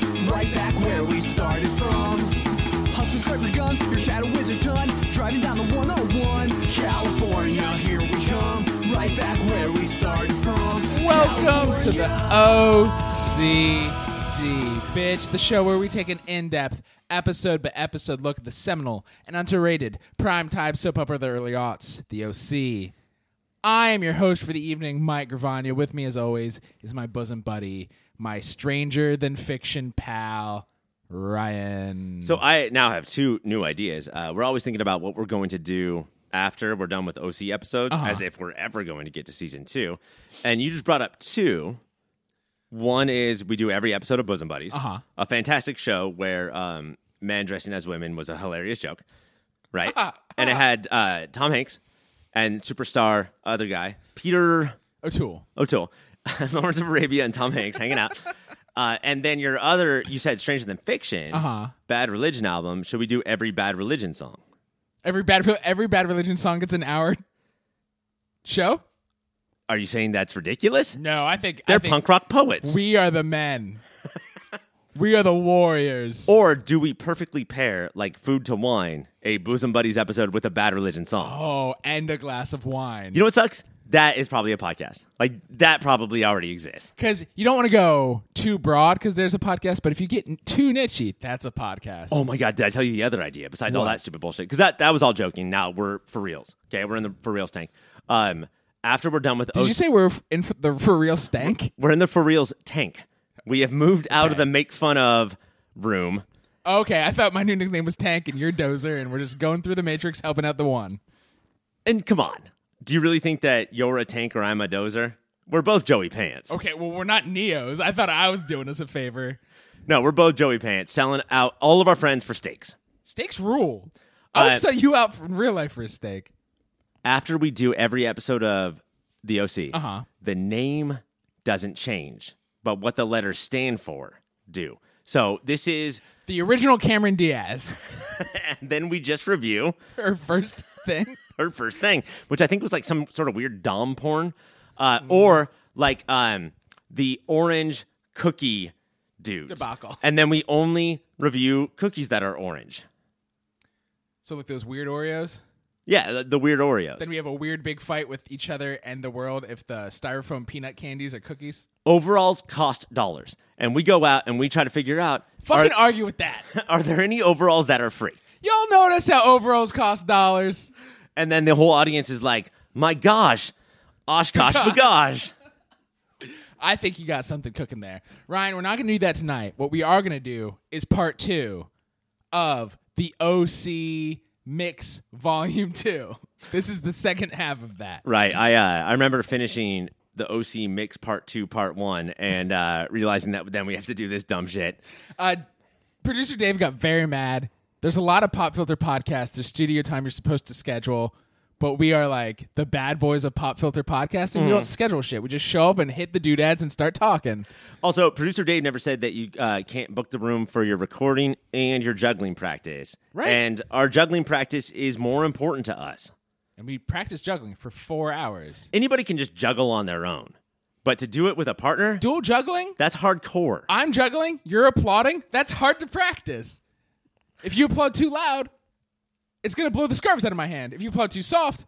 back where we started from. Hustle, scrape your guns, your shadow is a ton. Driving down the 101, California, here we come. Right back where we started from. Welcome to the California. OCD, bitch, the show where we take an in depth, episode by episode look at the seminal and underrated prime time soap opera of the early aughts, the OC. I am your host for the evening, Mike Gravania. With me, as always, is my bosom buddy, my stranger than fiction pal, Ryan. So I now have two new ideas. Uh, we're always thinking about what we're going to do after we're done with OC episodes, as if we're ever going to get to season two. And you just brought up two. One is we do every episode of Bosom Buddies, Uh-huh. a fantastic show where um, men dressing as women was a hilarious joke, right? and it had uh, Tom Hanks and superstar other guy Peter O'Toole. O'Toole, Lawrence of Arabia, and Tom Hanks hanging out. Uh, and then your other, you said Stranger Than Fiction, Uh-huh. Bad Religion album. Should we do every Bad Religion song? Every bad, every bad religion song gets an hour show? Are you saying that's ridiculous? No, I think I They're think- punk rock poets. We are the men. we are the warriors. or do we perfectly pair, like Food to Wine, a Bosom Buddies episode with a Bad Religion song? oh, and a glass of wine. You know what sucks? That is probably a podcast. Like, that probably already exists. Because you don't want to go too broad because there's a podcast, but if you get n- too nichey, that's a podcast. Oh my God, did I tell you the other idea besides all that stupid bullshit? Because that, that was all joking. Now we're for reals. Okay, we're in the for reals tank. Um, after we're done with Did you say we're f- in f- the for real stank? We're in the for reals tank. We have moved out of the make fun of room. Okay, I thought my new nickname was Tank and you're Dozer, and we're just going through the matrix helping out the one. And come on, do you really think that you're a tank or I'm a dozer? We're both Joey Pants. Okay, well, we're not Neos. I thought I was doing us a favor. No, we're both Joey Pants, selling out all of our friends for steaks. Stakes rule. I would Uh, sell you out from real life for a steak. After we do every episode of the OC, Uh-huh. the name doesn't change, but what the letters stand for do. So this is, The original Cameron Diaz, and then we just review her first thing. her first thing, which I think was like some sort of weird dom porn, uh, Mm-hmm. or like um, the orange cookie dudes Debacle. And then we only review cookies that are orange. So, like those weird Oreos. Yeah, the, the weird Oreos. Then we have a weird big fight with each other and the world if the styrofoam peanut candies are cookies. Overalls cost dollars, and we go out and we try to figure out are, Fucking argue with that. are there any overalls that are free? Y'all notice how overalls cost dollars. And then the whole audience is like, "My gosh, Oshkosh bagosh." I think you got something cooking there. Ryan, we're not going to do that tonight. What we are going to do is part two of the OC Mix Volume 2. This is the second half of that. Right. I uh, I remember finishing the OC mix part two, part one, and uh, realizing that then we have to do this dumb shit. Uh, producer Dave got very mad. There's a lot of pop filter podcasts. There's studio time you're supposed to schedule, but we are like the bad boys of pop filter podcasting. We don't schedule shit. We just show up and hit the doodads and start talking. Also, producer Dave never said that you uh, can't book the room for your recording and your juggling practice. Right. And our juggling practice is more important to us. And we practice juggling for four hours. Anybody can just juggle on their own, but to do it with a partner, Dual juggling? that's hardcore. I'm juggling. You're applauding. That's hard to practice. If you applaud too loud, it's going to blow the scarves out of my hand. If you applaud too soft,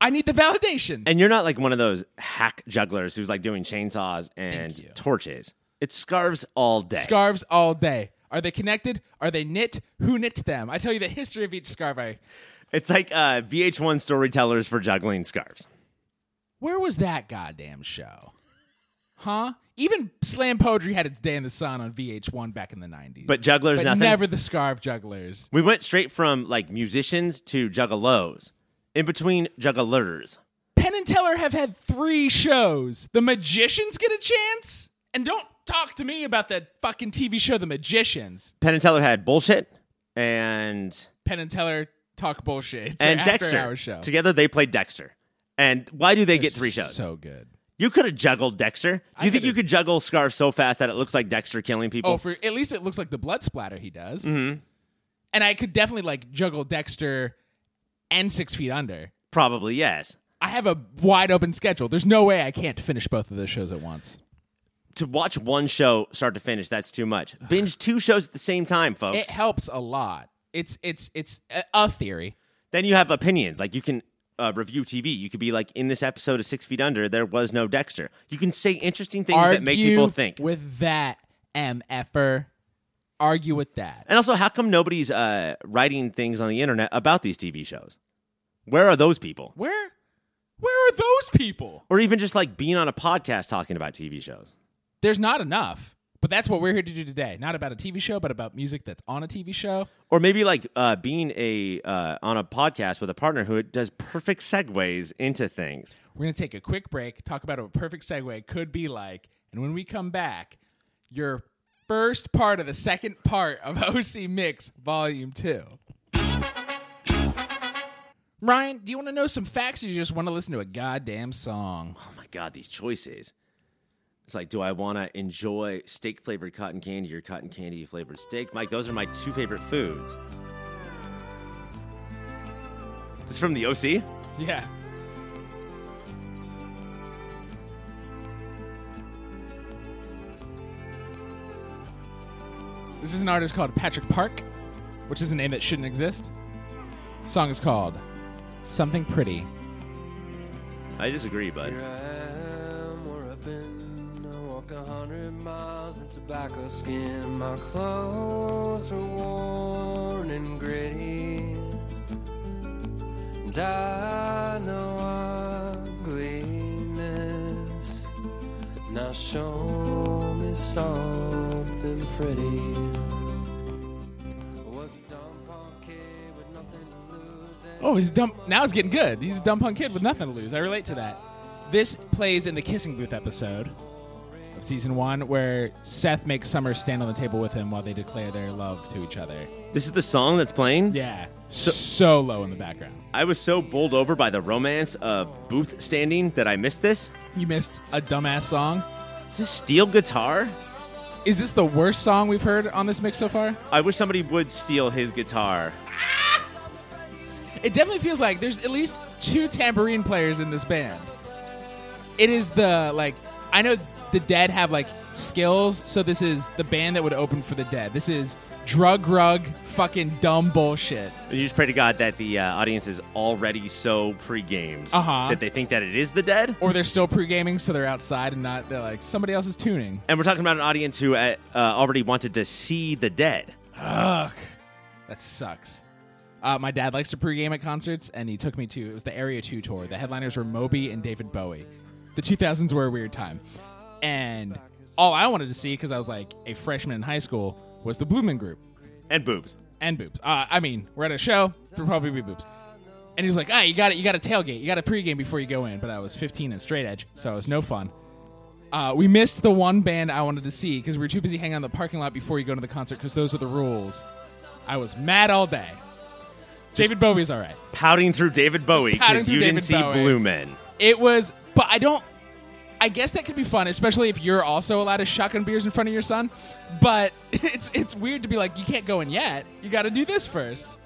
I need the validation. and you're not like one of those hack jugglers who's like doing chainsaws and Thank you. torches. It's scarves all day. scarves all day. Are they connected? Are they knit? Who knits them? I tell you the history of each scarf. I it's like uh, VH1 storytellers for juggling scarves. where was that goddamn show? Huh? Even slam poetry had its day in the sun on VH1 back in the nineties. But jugglers, but nothing. never the scarf jugglers. we went straight from like musicians to juggalos, in between jugglers. Penn and Teller have had three shows. The Magicians get a chance, and don't talk to me about that fucking TV show, The Magicians. Penn and Teller had bullshit and Penn and Teller talk bullshit. It's and their Dexter. after-hour show. Together they played Dexter. And why do they get three shows? So good. you could have juggled Dexter. Do you think coulda- you could juggle Scarf so fast that it looks like Dexter killing people? Oh, for at least it looks like the blood splatter he does. Mm-hmm. And I could definitely like juggle Dexter and Six Feet Under. Probably yes. I have a wide open schedule. There's no way I can't finish both of those shows at once. to watch one show start to finish, that's too much. Binge two shows at the same time, folks. It helps a lot. It's it's it's a- a theory. then you have opinions. Like you can uh, review TV. You could be like, in this episode of Six Feet Under, there was no Dexter. You can say interesting things that make people Argue think. with that mf'er. Argue with that. and also, how come nobody's uh, writing things on the internet about these TV shows? Where are those people? Where where are those people? Or even just like being on a podcast talking about TV shows. There's not enough. But that's what we're here to do today. Not about a TV show, but about music that's on a TV show. Or maybe like uh, being a uh, on a podcast with a partner who does perfect segues into things. We're going to take a quick break, talk about what a perfect segue could be like. And when we come back, your first part of the second part of OC Mix Volume 2. Ryan, do you want to know some facts or you just want to listen to a goddamn song? Oh my god, these choices. It's like, do I want to enjoy steak flavored cotton candy or cotton candy flavored steak? Mike, those are my two favorite foods. This is from the OC. Yeah. This is an artist called Patrick Park, which is a name that shouldn't exist. song is called Something Pretty. I disagree, bud. Here I am where I've been. I walked a hundred miles in tobacco skin. My clothes are worn and gritty. And I know ugliness. Now show me something pretty. I was a dumb punk kid with nothing to lose. and Oh, he's dumb. Now he's getting good. He's a dumb punk kid with nothing to lose. I relate to that. This plays in the kissing booth episode of season one, where Seth makes Summer stand on the table with him while they declare their love to each other. This is the song that's playing. Yeah, so low in the background. I was so bowled over by the romance of booth standing that I missed this. You missed a dumbass song. Is this steel guitar? Is this the worst song we've heard on this mix so far? I wish somebody would steal his guitar. It definitely feels like there's at least two tambourine players in this band. It is the like I know the Dead have like skills, so this is the band that would open for the Dead. This is drug rug fucking dumb bullshit. You just pray to God that the uh, audience is already so pre-gamed Uh-huh. that they think that it is the dead. Or they're still pre-gaming, so they're outside and not. They're like somebody else is tuning. And we're talking about an audience who uh, uh, already wanted to see the dead. Ugh, that sucks. Uh, my dad likes to pregame at concerts, and he took me to it was the Area Two tour. The headliners were Moby and David Bowie. The 2000s were a weird time, and all I wanted to see because I was like a freshman in high school was the Blue Man Group And boobs. and boobs. Uh, I mean, we're at a show, there'll probably be boobs. And he was like, "Ah, you got to You got to tailgate. You got to pregame before you go in." But I was 15 and straight edge, so it was no fun. Uh, we missed the one band I wanted to see because we were too busy hanging out in the parking lot before you go to the concert because those are the rules. I was mad all day. David Bowie's all right. Pouting through David Bowie pouting because through you David didn't see Bowie. Blue Men. It was, but I don't. I guess that could be fun, especially if you're also allowed to shotgun beers in front of your son. But it's it's weird to be like, you can't go in yet. You got to do this first.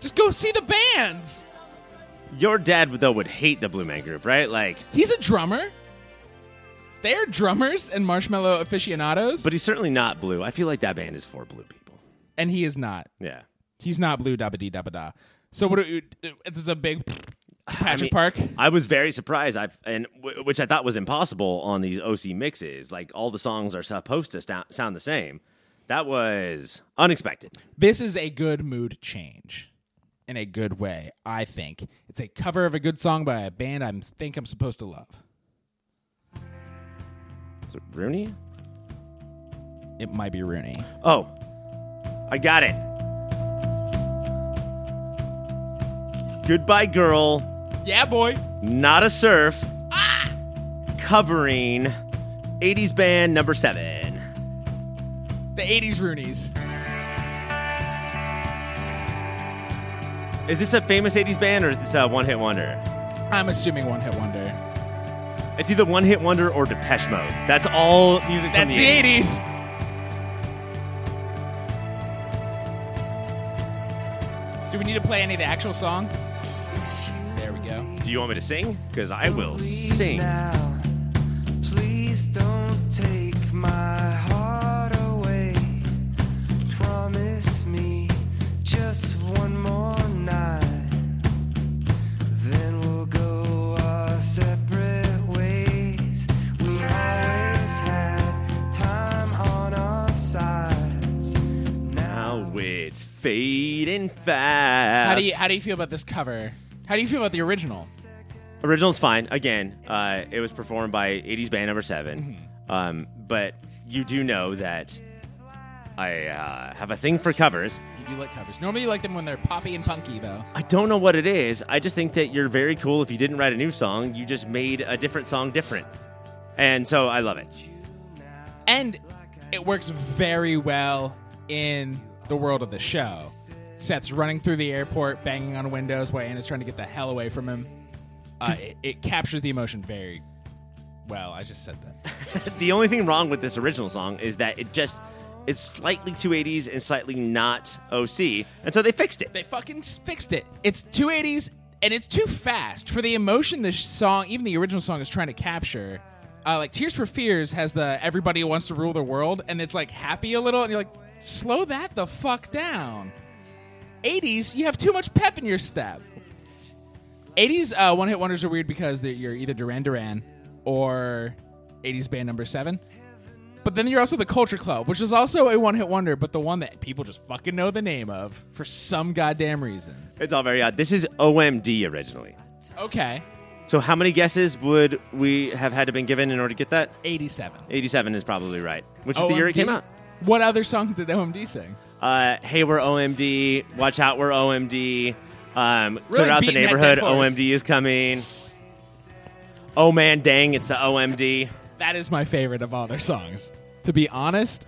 Just go see the bands. Your dad, though, would hate the Blue Man Group, right? Like, He's a drummer. They're drummers and marshmallow aficionados, but he's certainly not blue. I feel like that band is for blue people. and he is not. Yeah. He's not blue dabba dee dabba da. So what? Do, uh, this is a big Patrick mean- Park. I was very surprised. I've and w- which I thought was impossible on these OC mixes. Like all the songs are supposed to sou- sound the same. That was unexpected. This is a good mood change in a good way, I think. It's a cover of a good song by a band I think I'm supposed to love. Is it Rooney? It might be Rooney. Oh, I got it. Goodbye, girl. Yeah, boy. Not a surf. Ah! Covering 80s band number seven. The 80s Roonies. Is this a famous 80s band or is this a one hit wonder? I'm assuming One Hit Wonder. It's either one hit wonder or Depeche Mode. That's all music from That's the, the 80s. 80s. Do we need to play any of the actual song? There we go. Do you want me to sing? Because I will sing. Now, please don't take my heart away. Promise me just one more night. Then we'll go our separate ways. We always had time on our sides. Now it's fading fast. How do you how do you feel about this cover? How do you feel about the original? Original's fine. Again, uh, it was performed by 80s band number 7 Mm-hmm. Um, but you do know that I uh, have a thing for covers. You do like covers. Normally you like them when they're poppy and punky though. I don't know what it is. I just think that you're very cool if you didn't write a new song, you just made a different song different. And so I love it. And it works very well in the world of the show. Seth's running through the airport, banging on windows while Anna's trying to get the hell away from him. Uh, it, it captures the emotion very well. I just said that. The only thing wrong with this original song is that it just is slightly 280s and slightly not OC. And so they fixed it. They fucking s- fixed it. It's 280s and it's too fast for the emotion this song, even the original song, is trying to capture. Uh, like Tears for Fears has the everybody wants to rule the world and it's like happy a little and you're like, slow that the fuck down. 80s, you have too much pep in your step. 80s uh, one hit wonders are weird because they're- you're either Duran Duran or 80s band number seven. But then you're also the Culture Club, which is also a one hit wonder, but the one that people just fucking know the name of for some goddamn reason. It's all very odd. This is OMD originally. Okay, So how many guesses would we have had to been given in order to get that? 87. 87 is probably right, which is the year it OMD? came out. What other song did OMD sing? Uh, hey, we're OMD. Watch out, we're OMD. Um, Really clear out the beating that neighborhood. dead horse. OMD is coming. Oh man, dang! It's the OMD. That is my favorite of all their songs. To be honest,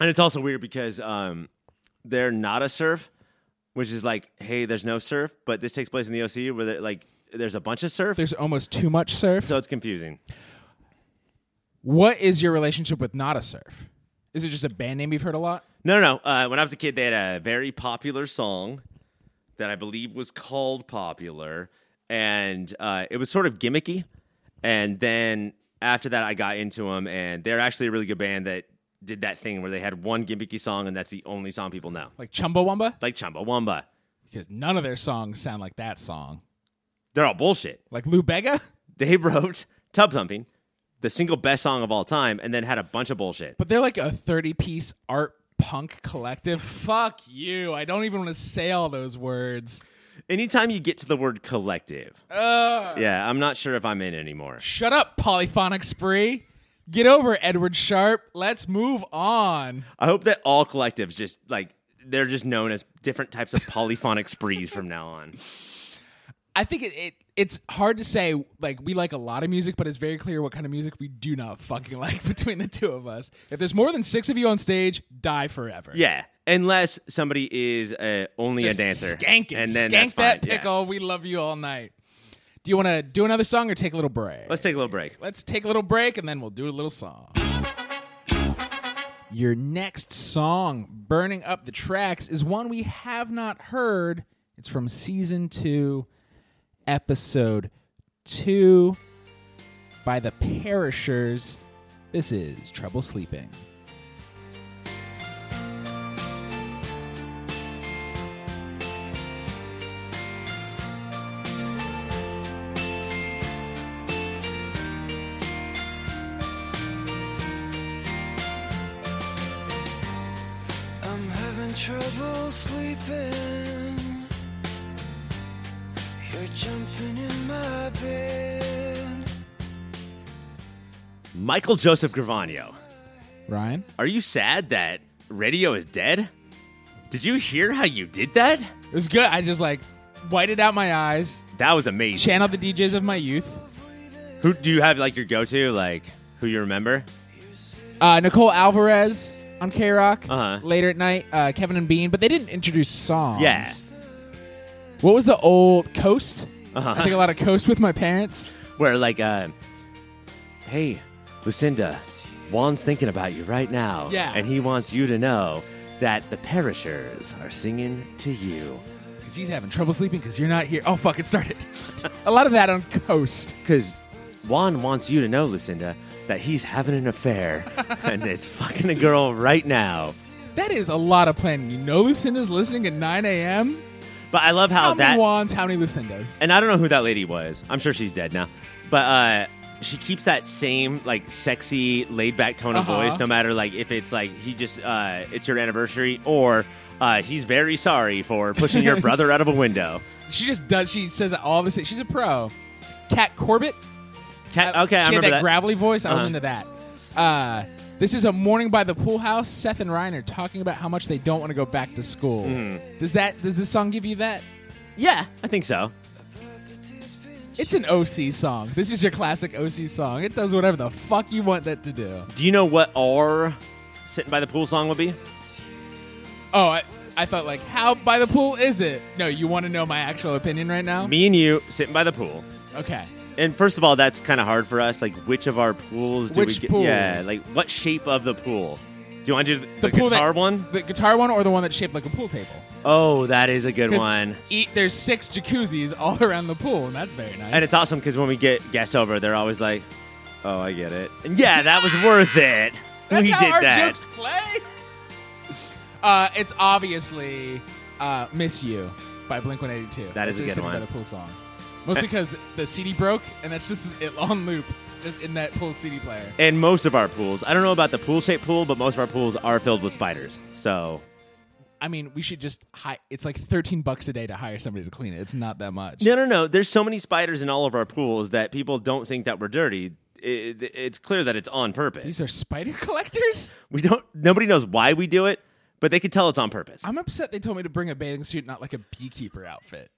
And it's also weird because um, they're not a surf, which is like, hey, there's no surf, but this takes place in the OC where they're, like there's a bunch of surf, there's almost too much surf. so it's confusing. What is your relationship with Not a Surf? Is it just a band name you've heard a lot? No, no. no. Uh, when I was a kid, they had a very popular song that I believe was called "Popular," and uh, it was sort of gimmicky. And then after that, I got into them, and they're actually a really good band that did that thing where they had one gimmicky song, and that's the only song people know, Like Chumbawamba? like Chumbawamba. Because none of their songs sound like that song. They're all bullshit. Like Lou Bega? They wrote "Tub Thumping," the single best song of all time, and then had a bunch of bullshit. But they're like a 30 piece art punk collective. Fuck you. I don't even want to say all those words. Anytime you get to the word "collective," yeah, I'm not sure if I'm in anymore. Shut up, polyphonic spree. Get over it, Edward Sharp. Let's move on. I hope that all collectives just like they're just known as different types of polyphonic sprees from now on. I think it, it it's hard to say like we like a lot of music, but it's very clear what kind of music we do not fucking like between the two of us. If there's more than six of you on stage, die forever. Yeah, unless somebody is uh, only Just a dancer, Skank it. and then skank that's fine. that yeah. pickle. We love you all night. Do you want to do another song or take a little break? Let's take a little break. Let's take a little break and then we'll do a little song. Your next song, Burning Up the Tracks, is one we have not heard. It's from season two, episode two, by the Perishers. This is Trouble Sleeping. I'm having trouble sleeping. You're jumping in my bed. Michael Joseph Gravano, Ryan? are you sad that radio is dead? Did you hear how you did that? It was good. I just like whited out my eyes, That was amazing. channeled the DJs of my youth. Who do you have like your go-to? Like who you remember? uh, Nicole Alvarez on K Rock Uh-huh. later at night. Uh, Kevin and Bean, but they didn't introduce songs. Yeah. What was the old Coast? Uh-huh. I think a lot of Coast with my parents. where like uh hey lucinda juan's thinking about you right now Yeah. and he wants you to know that the perishers are singing to you Because he's having trouble sleeping because you're not here. Oh fuck! It started. a lot of that on Coast. Because Juan wants you to know, Lucinda, that he's having an affair and is fucking a girl right now. That is a lot of planning. You know, Lucinda's listening at 9 a.m. But I love how, How many Oh, that. Wands? How many Lucindas? and I don't know who that lady was. I'm sure she's dead now. But uh, she keeps that same like sexy, laid back tone of Uh-huh. voice, no matter like if it's like he just uh, it's your anniversary or uh, he's very sorry for pushing your brother out of a window. She just does. She says all this. She's a pro. Cat Corbett. Cat, Uh, okay, she I remember had that, that. gravelly voice. I was Uh-huh. into that. Uh, this is a morning by the pool house. Seth and Ryan are talking about how much they don't want to go back to school. Does that? Does this song give you that? yeah, I think so. It's an OC song. This is your classic OC song. It does whatever the fuck you want that to do. Do you know what our sitting by the pool song would be? Oh, I, I thought like, how by the pool is it? No, you want to know my actual opinion right now? Me and you sitting by the pool. Okay. And first of all, that's kind of hard for us. Like, which of our pools do Which we get? pools? Yeah, like what shape of the pool? Do you want to do the, the pool guitar that, one? The guitar one or the one that's shaped like a pool table? Oh, that is a good 'Cause one. e- there's six jacuzzis all around the pool, and that's very nice. And it's awesome because when we get guests over, they're always like, "Oh, I get it." And yeah, that was worth it. That's we how did our that. jokes play. Uh, it's obviously uh, "Miss You" by Blink One Eighty Two. That is a good By one. Eh. the pool song, mostly because the, the CD broke, and that's just it on loop, just in that pool CD player. And most of our pools, I don't know about the pool-shaped pool, but most of our pools are filled with spiders. So I mean, we should just hi- It's like thirteen bucks a day to hire somebody to clean it. It's not that much. No, no, no. There's so many spiders in all of our pools that people don't think that we're dirty. It, it's clear that it's on purpose. These are spider collectors. We don't. Nobody knows why we do it, but they could tell it's on purpose. I'm upset they told me to bring a bathing suit, not like a beekeeper outfit.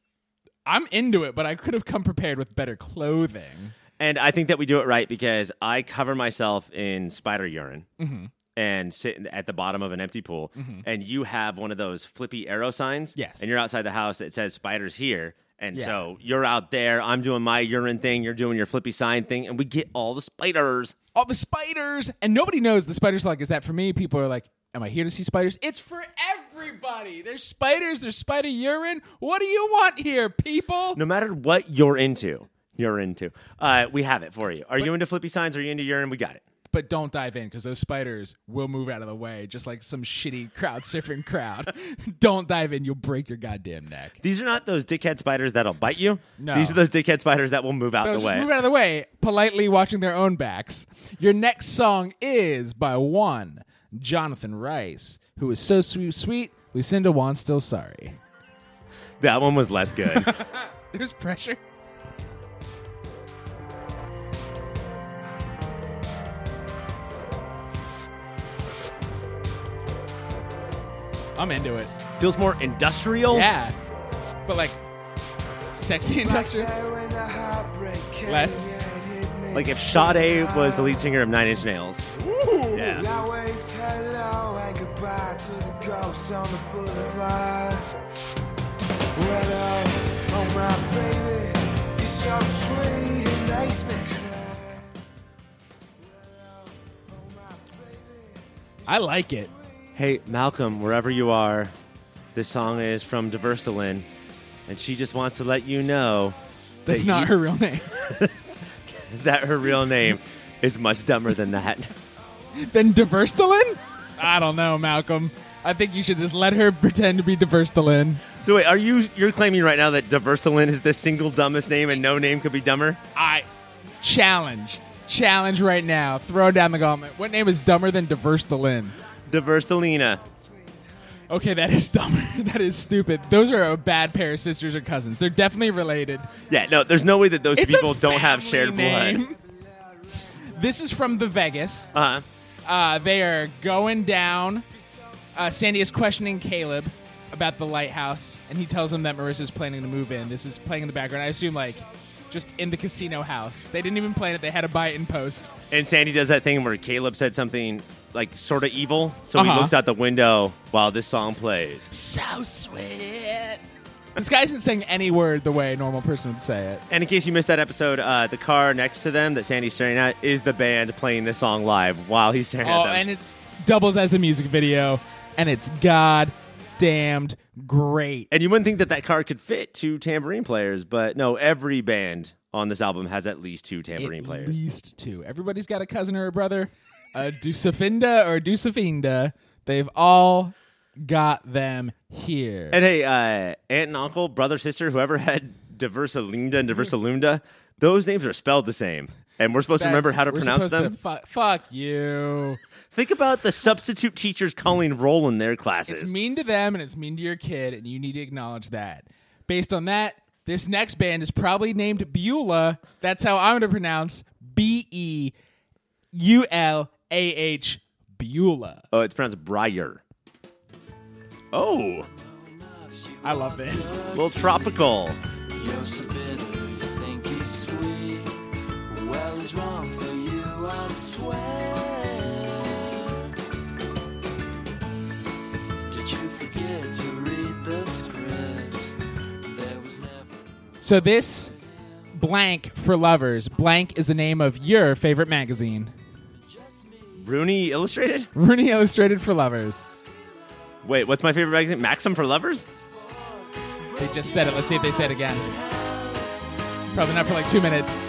I'm into it, but I could have come prepared with better clothing. And I think that we do it right because I cover myself in spider urine Mm-hmm. and sit at the bottom of an empty pool. And you have one of those flippy arrow signs. Yes. And you're outside the house that says spiders here. And Yeah. so you're out there. I'm doing my urine thing. You're doing your flippy sign thing. And we get all the spiders. all the spiders, and nobody knows the spider slug is that for me. People are like, "Am I here to see spiders?" It's for everybody. There's spiders. There's spider urine. What do you want here, people? no matter what you're into, you're into. Uh, we have it for you. Are you into flippy signs? Are you into urine? We got it. But don't dive in because those spiders will move out of the way, just like some shitty crowd surfing crowd. don't dive in. You'll break your goddamn neck. These are not those dickhead spiders that'll bite you. No. These are those dickhead spiders that will move out They'll the just way. move out of the way, politely watching their own backs. Your next song is by one Jonathan Rice, who is so sweet, sweet. Lucinda Juan still sorry. That one was less good. There's pressure. I'm into it. Feels more industrial. Yeah. But like sexy industrial. Less. Like if Sade was the lead singer of Nine Inch Nails. Yeah. I waved hello and goodbye to the ghosts on the boulevard. Well, oh, oh my baby, you're so sweet, it makes me cry. I like it. Hey, Malcolm, wherever you are, this song is from Diversalyn, and she just wants to let you know That's that not you- her real name. that her real name is much dumber than that. then Diverstalin? I don't know, Malcolm. I think you should just let her pretend to be Diverstalin. So wait, are you you're claiming right now that Diversalyn is the single dumbest name and no name could be dumber? I challenge. Challenge right now. Throw down the gauntlet. What name is dumber than Diverstalin? Diversalina. Okay, that is dumb. that is stupid. Those are a bad pair of sisters or cousins. They're definitely related. Yeah, no, there's no way that those It's a people don't have family shared blood. name. This is from the Vegas. Uh-huh. Uh, they are going down. Uh, Sandy is questioning Caleb about the lighthouse, and he tells him that Marissa's planning to move in. This is playing in the background. I assume, like, just in the casino house. They didn't even plan it. They had a buy it in post. And Sandy does that thing where Caleb said something like sort of evil, so Uh-huh. he looks out the window while this song plays. So sweet. This guy isn't saying any word the way a normal person would say it. And in case you missed that episode, uh, the car next to them that Sandy's staring at is the band playing this song live while he's staring Oh, at them. and it doubles as the music video, and it's god damned great. And you wouldn't think that that card could fit two tambourine players, but no, every band on this album has at least two tambourine At players. least two. Everybody's got a cousin or a brother, a Dusafinda or Dusafinda. They've all got them here. And hey, uh, aunt and uncle, brother, sister, whoever had Diversalinda and Diversalunda, those names are spelled the same. And we're supposed to remember That's- how to we're pronounce supposed them. to fu- fuck you. Think about the substitute teachers calling roll in their classes. It's mean to them and it's mean to your kid, and you need to acknowledge that. Based on that, this next band is probably named Beulah. That's how I'm going to pronounce B E U L A H Beulah. Oh, it's pronounced Briar. Oh, I love this. a little tropical. You're so bitter, you think he's sweet. Well, he's wrong for you, I swear. Did you forget to read the script? There was never. So this blank for lovers. Blank is the name of your favorite magazine, Rooney Illustrated? Rooney Illustrated for Lovers. Wait, what's my favorite magazine? Maxim for Lovers? They just said it. Let's see if they say it again. Probably not for like two minutes.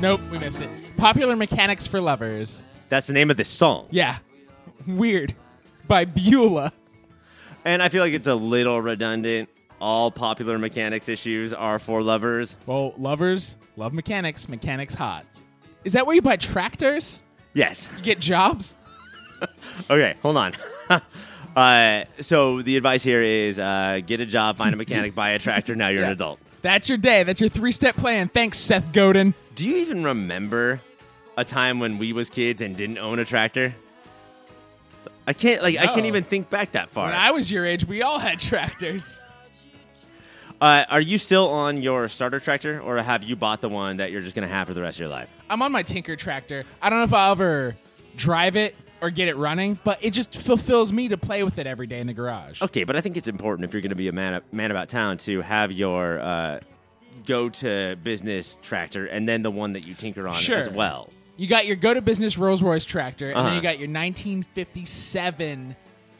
Nope, we missed it. Popular Mechanics for Lovers. That's the name of this song. Yeah. Weird. By Beulah. And I feel like it's a little redundant. All popular mechanics issues are for lovers. Well, lovers love mechanics. Mechanics hot. Is that where you buy tractors? Yes. You get jobs? Okay, hold on. uh, so the advice here is uh, get a job, find a mechanic, buy a tractor. Now you're an Yeah. adult. That's your day. That's your three step plan. Thanks, Seth Godin. Do you even remember a time when we was kids and didn't own a tractor? I can't like I can't No. even think back that far. When I was your age, we all had tractors. uh, are you still on your starter tractor, or have you bought the one that you're just gonna have for the rest of your life? I'm on my Tinker tractor. I don't know if I'll ever drive it or get it running, but it just fulfills me to play with it every day in the garage. Okay, but I think it's important if you're gonna be a man man about town to have your uh, go to business tractor and then the one that you tinker on Sure. as well. You got your go to business Rolls Royce tractor, and then Uh-huh. you got your 1957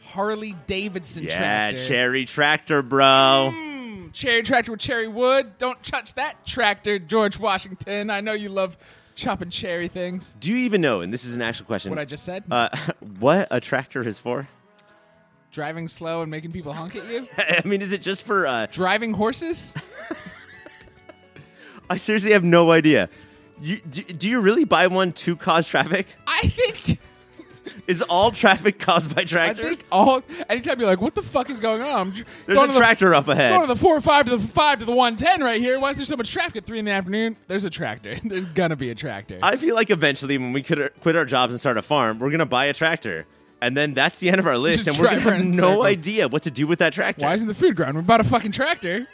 Harley Davidson Yeah, tractor. cherry tractor, bro. Cherry tractor with cherry wood. Don't touch that tractor, George Washington. I know you love chopping cherry things. Do you even know? And this is an actual question. What I just said? uh, what a tractor is for? Driving slow and making people honk at you? I mean, is it just for? Uh, Driving horses? I seriously have no idea. You, do, do you really buy one to cause traffic? I think. Is all traffic caused by I tractors? think all. Anytime you're like, what the fuck is going on? I'm dr- There's going a to the- tractor up ahead. Going to the four or five to the five to the one ten right here. Why is there so much traffic at three in the afternoon? There's a tractor. There's gonna be a tractor. I feel like eventually, when we could quit our jobs and start a farm, we're gonna buy a tractor, and then that's the end of our list, Just and we're gonna drive have around in no circles. idea what to do with that tractor. Why isn't the food ground? We bought a fucking tractor.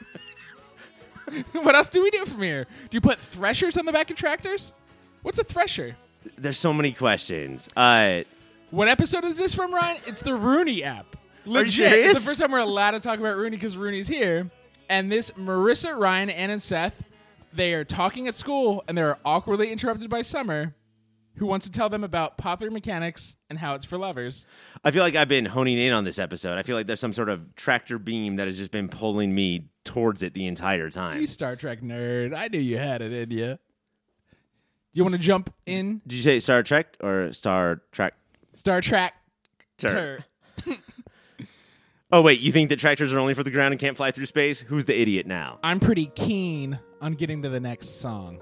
what else do we do from here? Do you put threshers on the back of tractors? What's a thresher? There's so many questions. Uh, What episode is this from, Ryan? It's the Rooney app. Legit. serious? It's the first time we're allowed to talk about Rooney because Rooney's here. And this Marissa, Ryan, Ann, and Seth, they are talking at school and they're awkwardly interrupted by Summer, who wants to tell them about popular mechanics and how it's for lovers. I feel like I've been honing in on this episode. I feel like there's some sort of tractor beam that has just been pulling me towards it the entire time. You Star Trek nerd. I knew you had it in you. You want to jump in? Did you say Star Trek or Star Trek? Star Trek. Tur- Tur. Oh wait, you think that tractors are only for the ground and can't fly through space? Who's the idiot now? I'm pretty keen on getting to the next song.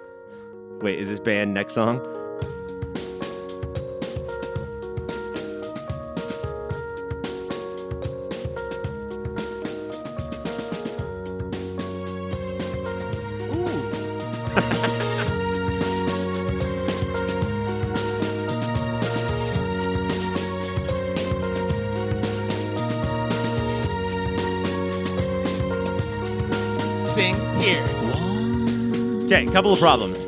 Wait, is this band next song? Sing here. Okay, couple of problems.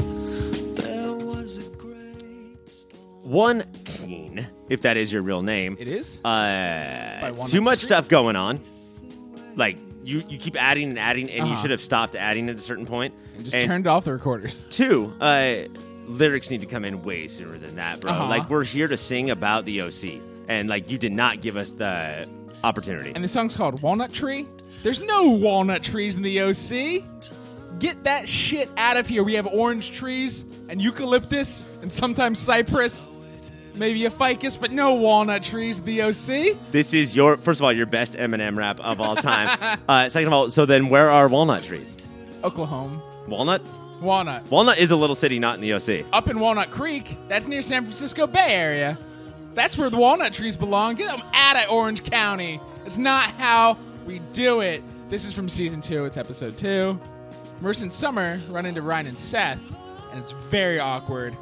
There was a great storm. One, Keen, if that is your real name. It is? Uh, Walnut too much Street? stuff going on. Like you, you keep adding and adding, and you Uh-huh. should have stopped adding at a certain point. Just And turned off the recorder. Two, uh, lyrics need to come in way sooner than that, bro. Uh-huh. Like we're here to sing about the OC, and like you did not give us the opportunity. and the song's called Walnut Tree. There's no walnut trees in the OC. Get that shit out of here. We have orange trees and eucalyptus and sometimes cypress, maybe a ficus, but no walnut trees in the OC. This is your first of all your best Eminem rap of all time. uh, second of all, so then where are walnut trees? Oklahoma. Walnut. Walnut. Walnut is a little city, not in the OC. Up in Walnut Creek, that's near San Francisco Bay Area. That's where the walnut trees belong. Get them out of Orange County. It's not how we do it. This is from season two. It's episode two. Marissa and Summer run into Ryan and Seth, and it's very awkward.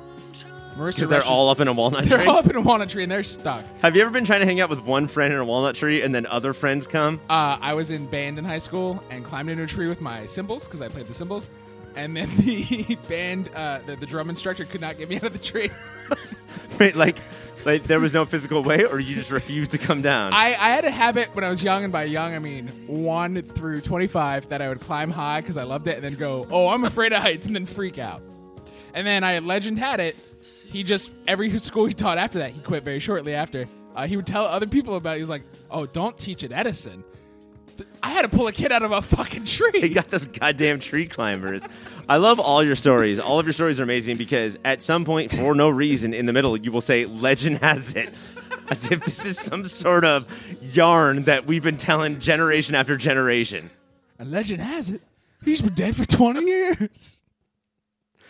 Marissa Because they're rushes- all up in a walnut they're tree. all up in a walnut tree and they're stuck. Have you ever been trying to hang out with one friend in a walnut tree and then other friends come? Uh, I was in band in high school and climbed into a tree with my cymbals because I played the cymbals, and then the band, uh, the, the drum instructor could not get me out of the tree. Wait, like, like there was no physical way, or you just refused to come down? I, I had a habit when I was young, and by young I mean one through twenty-five, that I would climb high because I loved it, and then go, "Oh, I'm afraid of heights," and then freak out. And then I legend had it, he just every school he taught after that, he quit very shortly after. Uh, he would tell other people about. it. He's like, "Oh, don't teach at Edison." Th- I had to pull a kid out of a fucking They tree. got those goddamn tree climbers. I love all your stories. All of your stories are amazing because at some point, for no reason, in the middle, you will say, "Legend has it," as if this is some sort of yarn that we've been telling generation after generation. And legend has it, he's been dead for twenty years.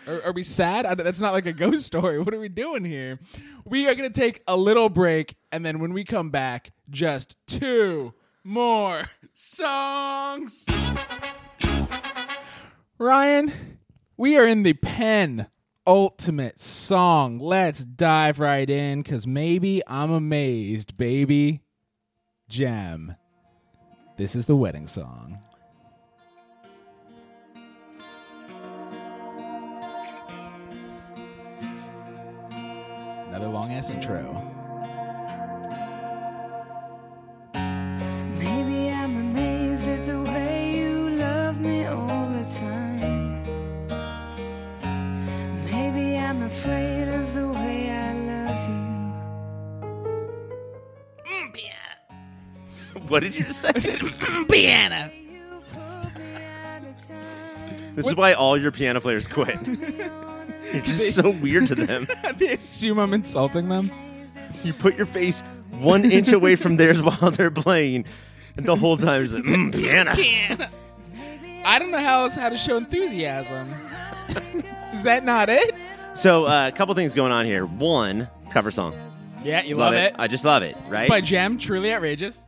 Are, are we sad? I, that's not like a ghost story. What are we doing here? We are going to take a little break, and then when we come back, just two more songs. Ryan, we are in the pen ultimate song. Let's dive right in because maybe I'm amazed, baby. Jam. This is the wedding song. Another long ass intro. Maybe I'm amazed at the way you love me all the time. Maybe I'm afraid of the way I love you. What did you just say? Piano. You pulled me out of time. This is why all your piano players quit. You're just so weird to them. they assume I'm insulting them. You put your face one inch away from theirs while they're playing, and the whole time it's like, mm, piano. I don't know how else how to show enthusiasm. is that not it? So, uh, a couple things going on here. One, cover song. Yeah, you Love, it. I just love it, right? By Jam, truly outrageous.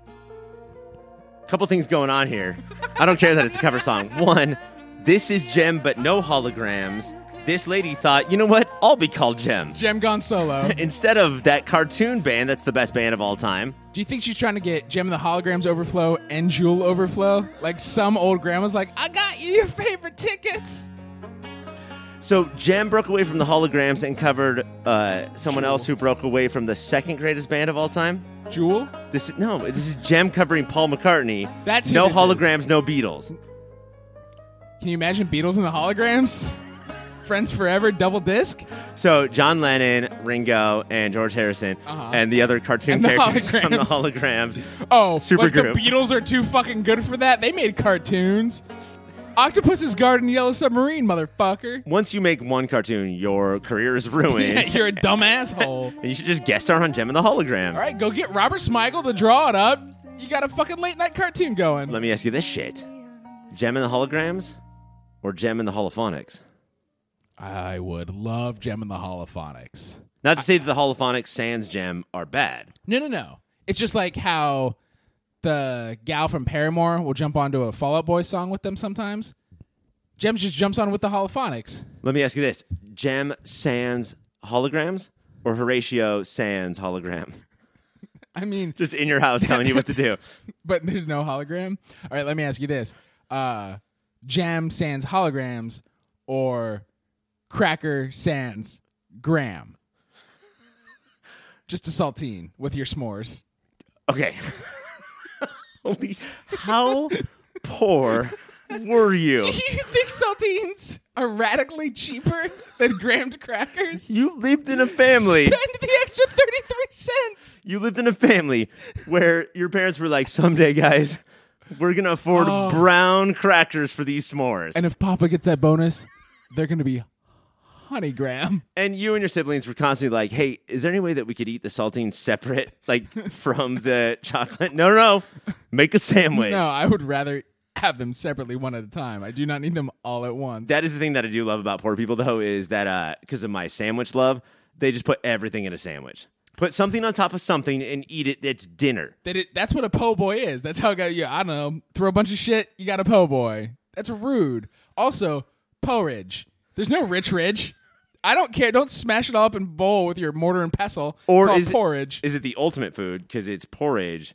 couple things going on here. I don't care that it's a cover song. One, this is Gem, but no holograms. This lady thought, you know what? I'll be called Gem. Gem gone solo. Instead of that cartoon band that's the best band of all time. Do you think she's trying to get Gem and the Holograms overflow and Jewel overflow? Like some old grandma's like, I got you your favorite tickets. So Gem broke away from the holograms and covered uh, someone else who broke away from the second greatest band of all time. Jewel? This no, this is Gem covering Paul McCartney. That's who no this is. holograms, no Beatles. Can you imagine Beatles and the Holograms? Friends Forever double disc? So John Lennon, Ringo, and George Harrison, Uh-huh. and the other cartoon And the characters from the holograms. holograms. Oh, Super like group. the Beatles are too fucking good for that. They made cartoons. Octopus's Garden, Yellow Submarine, motherfucker. Once you make one cartoon, your career is ruined. You're a dumb asshole. and you should just guest star on Gem and the holograms. All right, go get Robert Smigel to draw it up. You got a fucking late night cartoon going. Let me ask you this shit: Gem and the holograms, or Gem and the holophonics? I would love Gem and the Holophonics. Not to say that the holophonics sans Gem are bad. No, no, no. It's just like how the gal from Paramore will jump onto a Fallout Boy song with them sometimes. Gem just jumps on with the Holophonics. Let me ask you this: Gem sans holograms, or Horatio sans hologram? I mean, Just in your house telling you what to do. but there's no hologram. All right, let me ask you this: uh, Jam sans holograms or Cracker sans gram? Just a saltine with your s'mores. Okay. Holy, how poor were you? Do you think saltines are radically cheaper than grammed crackers? You lived in a family. Spend the extra thirty-three cents. You lived in a family where your parents were like, someday, guys, we're going to afford brown crackers for these s'mores. And if Papa gets that bonus, they're going to be honey graham. and you and your siblings were constantly like, "Hey, is there any way that we could eat the saltines separate, like from the chocolate?" No, no, make a sandwich. No, I would rather have them separately one at a time. I do not need them all at once. That is the thing that I do love about poor people, though, is that because of my sandwich love, they just put everything in a sandwich. Put something on top of something and eat it. It's dinner. That it, that's what a po' boy is. That's how it got yeah, I don't know. Throw a bunch of shit, you got a po' boy. That's rude. Also, porridge. There's no rich ridge. I don't care. Don't smash it all up in a bowl with your mortar and pestle. Or Call it is porridge. It, is it the ultimate food because it's porridge,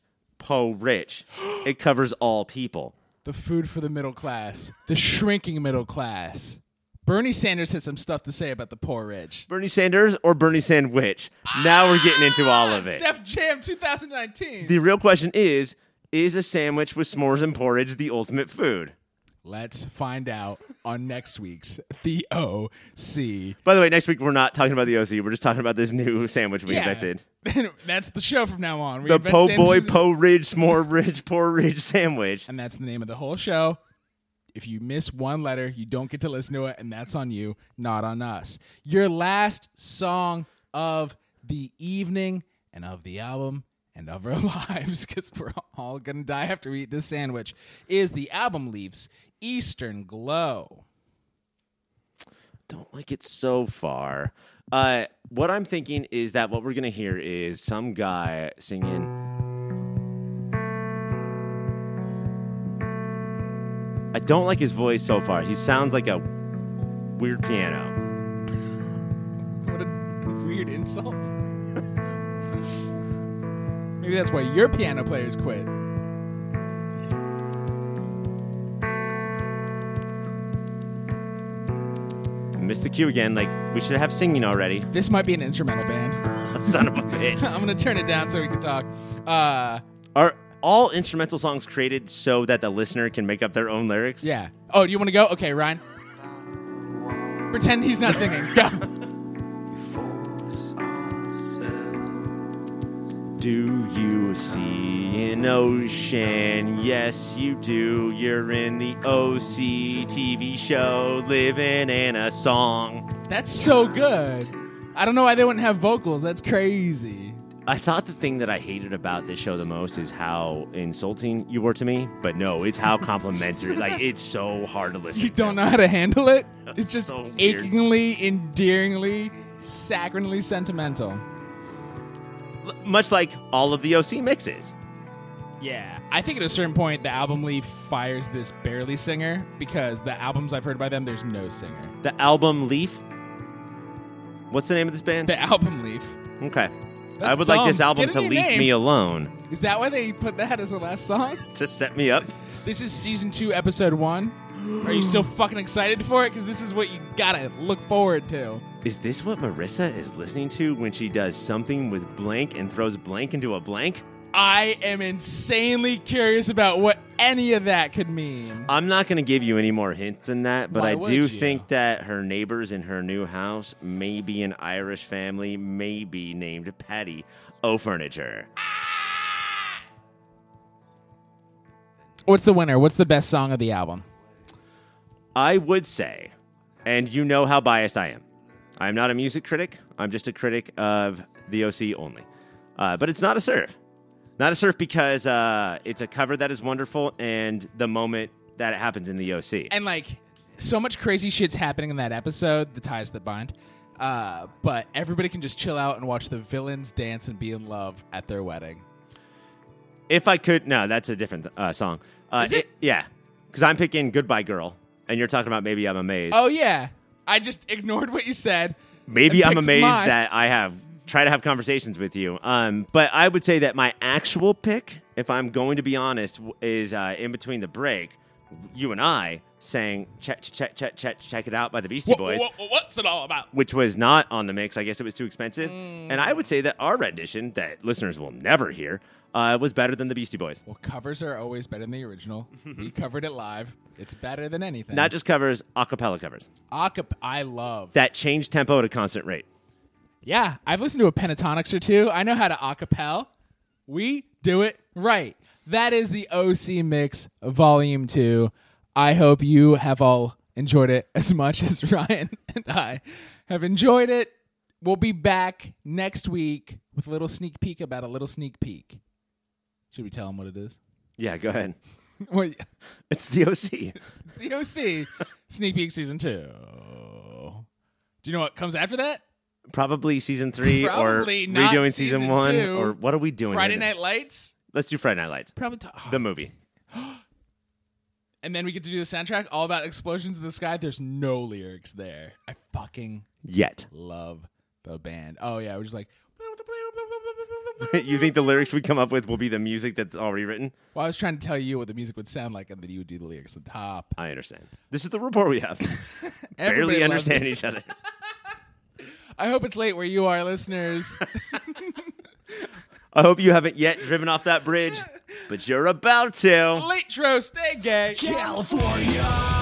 po rich? it covers all people. the food for the middle class, the shrinking middle class. Bernie Sanders has some stuff to say about the porridge. Bernie Sanders or Bernie Sandwich. Now we're getting Ah, into all of it. Def Jam 2019. The real question is is a sandwich with s'mores and porridge the ultimate food? Let's find out on next week's The OC. By the way, next week we're not talking about the OC. We're just talking about this new sandwich we Yeah. invented. that's the show from now on. We The invent Po Boy sandwiches- Po Ridge S'more Ridge Poor Ridge sandwich. and that's the name of the whole show. If you miss one letter, you don't get to listen to it, and that's on you, not on us. Your last song of the evening and of the album and of our lives, because we're all going to die after we eat this sandwich, is the album Leaves Eastern Glow. Don't like it so far. Uh, what I'm thinking is that what we're gonna hear is some guy singing. I don't like his voice so far. He sounds like a weird piano. What a weird insult. Maybe that's why your piano players quit. Missed the cue again. Like we should have singing already. This might be an instrumental band. Son of a bitch. I'm going to turn it down so we can talk. Uh, Are all instrumental songs created so that the listener can make up their own lyrics? Yeah. Oh, do you want to go? Okay, Ryan. Pretend he's not singing. Go. Do you see an ocean? Yes, you do. You're in the OC TV show, living in a song. That's so good. I don't know why they wouldn't have vocals. That's crazy. I thought the thing that I hated about this show the most is how insulting you were to me, but no, it's how complimentary. like it's so hard to listen. You to. don't know how to handle it. It's That's just so weird. achingly, endearingly, saccharinely sentimental. L- much like all of the OC mixes. Yeah, I think at a certain point the album leaf fires this barely singer because the albums I've heard by them, there's no singer. The album Leaf. What's the name of this band? The album leaf. Okay. I That's would like this dumb. album Get a to new leave name. me alone Is that why they put that as the last song? to set me up. This is season two, episode one. Are you still fucking excited for it? Because this is what you gotta look forward to. Is this what Marissa is listening to when she does something with blank and throws blank into a blank? I am insanely curious about what any of that could mean. I'm not going to give you any more hints than that, but Why I would do you? think that her neighbors in her new house may be an Irish family, may be named Patty O Furniture. What's the winner? What's the best song of the album? I would say, and you know how biased I am. I'm not a music critic. I'm just a critic of the OC only. Uh, but it's not a surf. Not a surf because uh, it's a cover that is wonderful and the moment that it happens in the OC. And like, so much crazy shit's happening in that episode, The Ties That Bind. Uh, but everybody can just chill out and watch the villains dance and be in love at their wedding. if I could, no, that's a different uh, song. Uh, Is it? yeah. Because I'm picking Goodbye Girl and you're talking about Maybe I'm Amazed. Oh, yeah. I just ignored what you said. Maybe I I'm picked amazed mine. that I have try to have conversations with you. Um, but I would say that my actual pick, if I'm going to be honest, w- is uh, in between the break. You and I sang check check check check check it out by the Beastie Wha- Boys, wha- what's it all about? which was not on the mix. I guess it was too expensive. Mm. And I would say that our rendition, that listeners will never hear, uh, was better than the Beastie Boys. Well, covers are always better than the original. we covered it live. It's better than anything. Not just covers, acapella covers Acap- I love. that change tempo at a constant rate. Yeah, I've listened to a pentatonics or two. I know how to acapella. We do it right. That is the OC Mix Volume 2. I hope you have all enjoyed it as much as Ryan and I have enjoyed it. We'll be back next week with a little sneak peek about a little sneak peek. Should we tell them what it is? Yeah, go ahead. Wait, It's the OC. the OC Sneak Peek Season 2. Do you know what comes after that? Probably season three Probably or not redoing season season one. two. Or what are we doing? Friday here? Night Lights? Let's do Friday Night Lights. Probably. ta- The movie. and then we get to do the soundtrack all about explosions in the sky. There's no lyrics there. I fucking Yet. love the band. Oh yeah, we're just like. you think the lyrics we come up with will be the music that's already written? Well, I was trying to tell you what the music would sound like, and then you would do the lyrics at the top. I understand. This is the rapport we have. Everybody Barely loves understand it. each other. I hope it's late where you are, listeners. I hope you haven't yet driven off that bridge, but you're about to. Late Tro, stay gay. California.